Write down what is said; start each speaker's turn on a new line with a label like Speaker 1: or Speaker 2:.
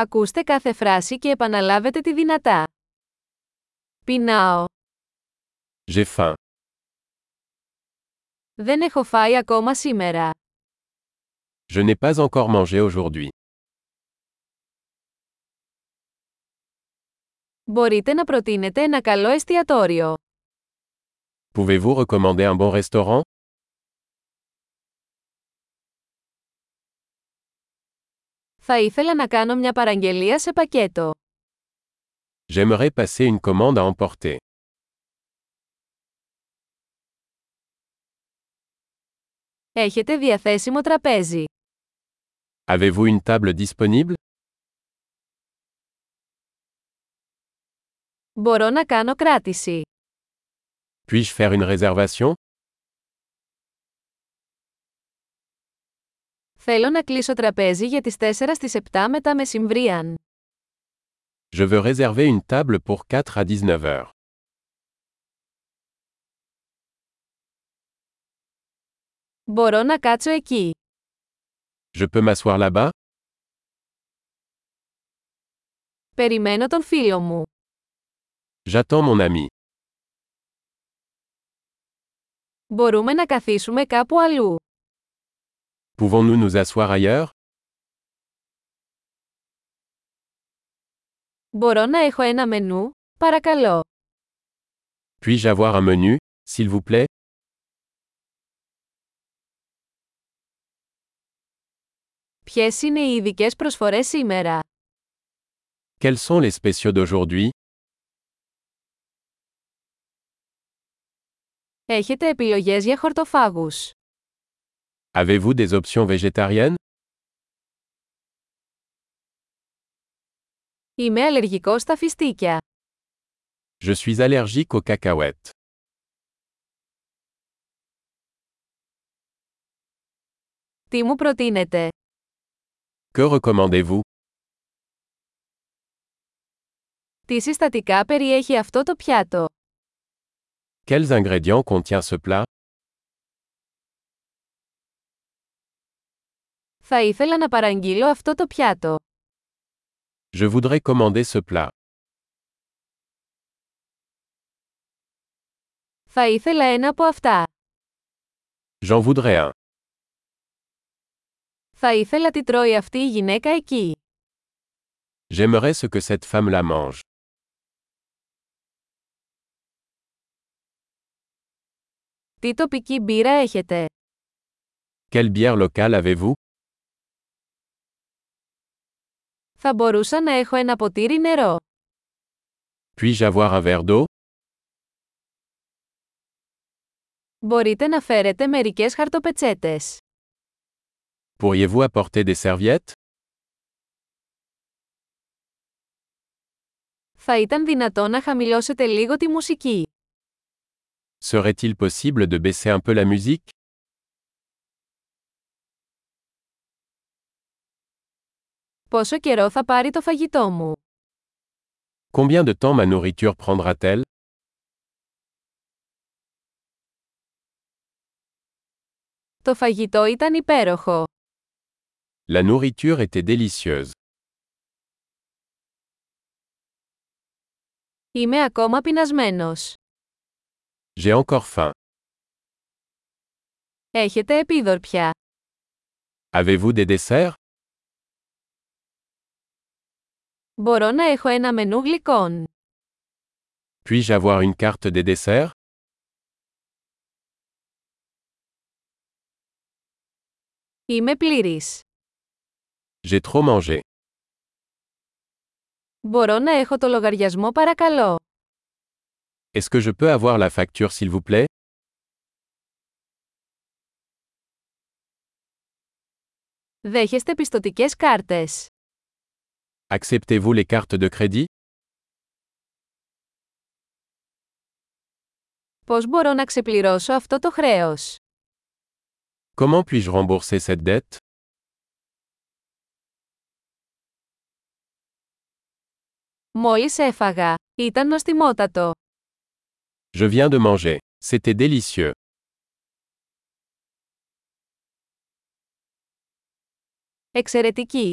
Speaker 1: Ακούστε κάθε φράση και επαναλάβετε τη δυνατά. Πεινάω.
Speaker 2: J'ai faim.
Speaker 1: Δεν έχω φάει ακόμα σήμερα.
Speaker 2: Je n'ai pas encore mangé aujourd'hui.
Speaker 1: Μπορείτε να προτείνετε ένα καλό εστιατόριο.
Speaker 2: Pouvez-vous recommander un bon restaurant
Speaker 1: Θα ήθελα να κάνω μια παραγγελία σε πακέτο.
Speaker 2: J'aimerais passer une commande à emporter.
Speaker 1: Έχετε διαθέσιμο τραπέζι.
Speaker 2: Avez-vous une table disponible
Speaker 1: Μπορώ να κάνω κράτηση.
Speaker 2: Puis-je faire une réservation
Speaker 1: Θέλω να κλείσω τραπέζι για τις 4 στις 7 μετά μεσημβρίαν.
Speaker 2: Je veux réserver une table pour 4 à 19 heures.
Speaker 1: Μπορώ να κάτσω εκεί.
Speaker 2: Je peux m'asseoir là-bas
Speaker 1: Περιμένω τον φίλο μου.
Speaker 2: J'attends mon ami.
Speaker 1: Μπορούμε να καθίσουμε κάπου αλλού.
Speaker 2: Pouvons-nous nous asseoir ailleurs
Speaker 1: Μπορώ να έχω ένα μενού, παρακαλώ.
Speaker 2: Puis-je avoir un menu, s'il vous plaît
Speaker 1: Ποιες είναι οι ειδικές προσφορές σήμερα.
Speaker 2: Quels sont les spéciaux d'aujourd'hui
Speaker 1: Έχετε επιλογές για χορτοφάγους.
Speaker 2: Avez-vous des options végétariennes
Speaker 1: Είμαι αλλεργικός στα φιστίκια.
Speaker 2: Je suis allergique aux cacahuètes.
Speaker 1: Τι μου προτείνετε.
Speaker 2: Que recommandez-vous
Speaker 1: Τι συστατικά περιέχει αυτό το πιάτο.
Speaker 2: Quels ingrédients contient ce plat
Speaker 1: Θα ήθελα να παραγγείλω αυτό το πιάτο.
Speaker 2: Je voudrais commander ce plat.
Speaker 1: Θα ήθελα ένα από αυτά.
Speaker 2: J'en voudrais un.
Speaker 1: Θα ήθελα τι τρώει αυτή η γυναίκα εκεί.
Speaker 2: J'aimerais ce que cette femme la mange.
Speaker 1: Τι τοπική μπύρα έχετε.
Speaker 2: Quelle bière locale avez-vous
Speaker 1: Θα μπορούσα να έχω ένα ποτήρι νερό.
Speaker 2: Puis-je avoir un verre d'eau
Speaker 1: Μπορείτε να φέρετε μερικές χαρτοπετσέτες.
Speaker 2: Pourriez-vous apporter des serviettes
Speaker 1: Θα ήταν δυνατό να χαμηλώσετε λίγο τη μουσική.
Speaker 2: Serait-il possible de baisser un peu la musique
Speaker 1: Πόσο καιρό θα πάρει το φαγητό μου.
Speaker 2: Combien de temps ma nourriture prendra-t-elle
Speaker 1: Το φαγητό ήταν υπέροχο.
Speaker 2: La nourriture était délicieuse.
Speaker 1: Είμαι ακόμα πεινασμένος.
Speaker 2: J'ai encore faim.
Speaker 1: Έχετε επίδορπια.
Speaker 2: Avez-vous des desserts
Speaker 1: Μπορώ να έχω ένα μενού γλυκών.
Speaker 2: Puis-je avoir une carte des desserts
Speaker 1: Είμαι πλήρης.
Speaker 2: J'ai trop mangé.
Speaker 1: Μπορώ να έχω το λογαριασμό παρακαλώ.
Speaker 2: Est-ce que je peux avoir la facture s'il vous plaît
Speaker 1: Δέχεστε πιστοτικές κάρτες.
Speaker 2: Acceptez-vous les cartes de crédit
Speaker 1: Πώς μπορώ να ξεπληρώσω αυτό το χρέος.
Speaker 2: Comment puis-je rembourser cette dette
Speaker 1: Μόλις έφαγα. Ήταν νοστιμότατο.
Speaker 2: Je viens de manger. C'était délicieux.
Speaker 1: Εξαιρετική.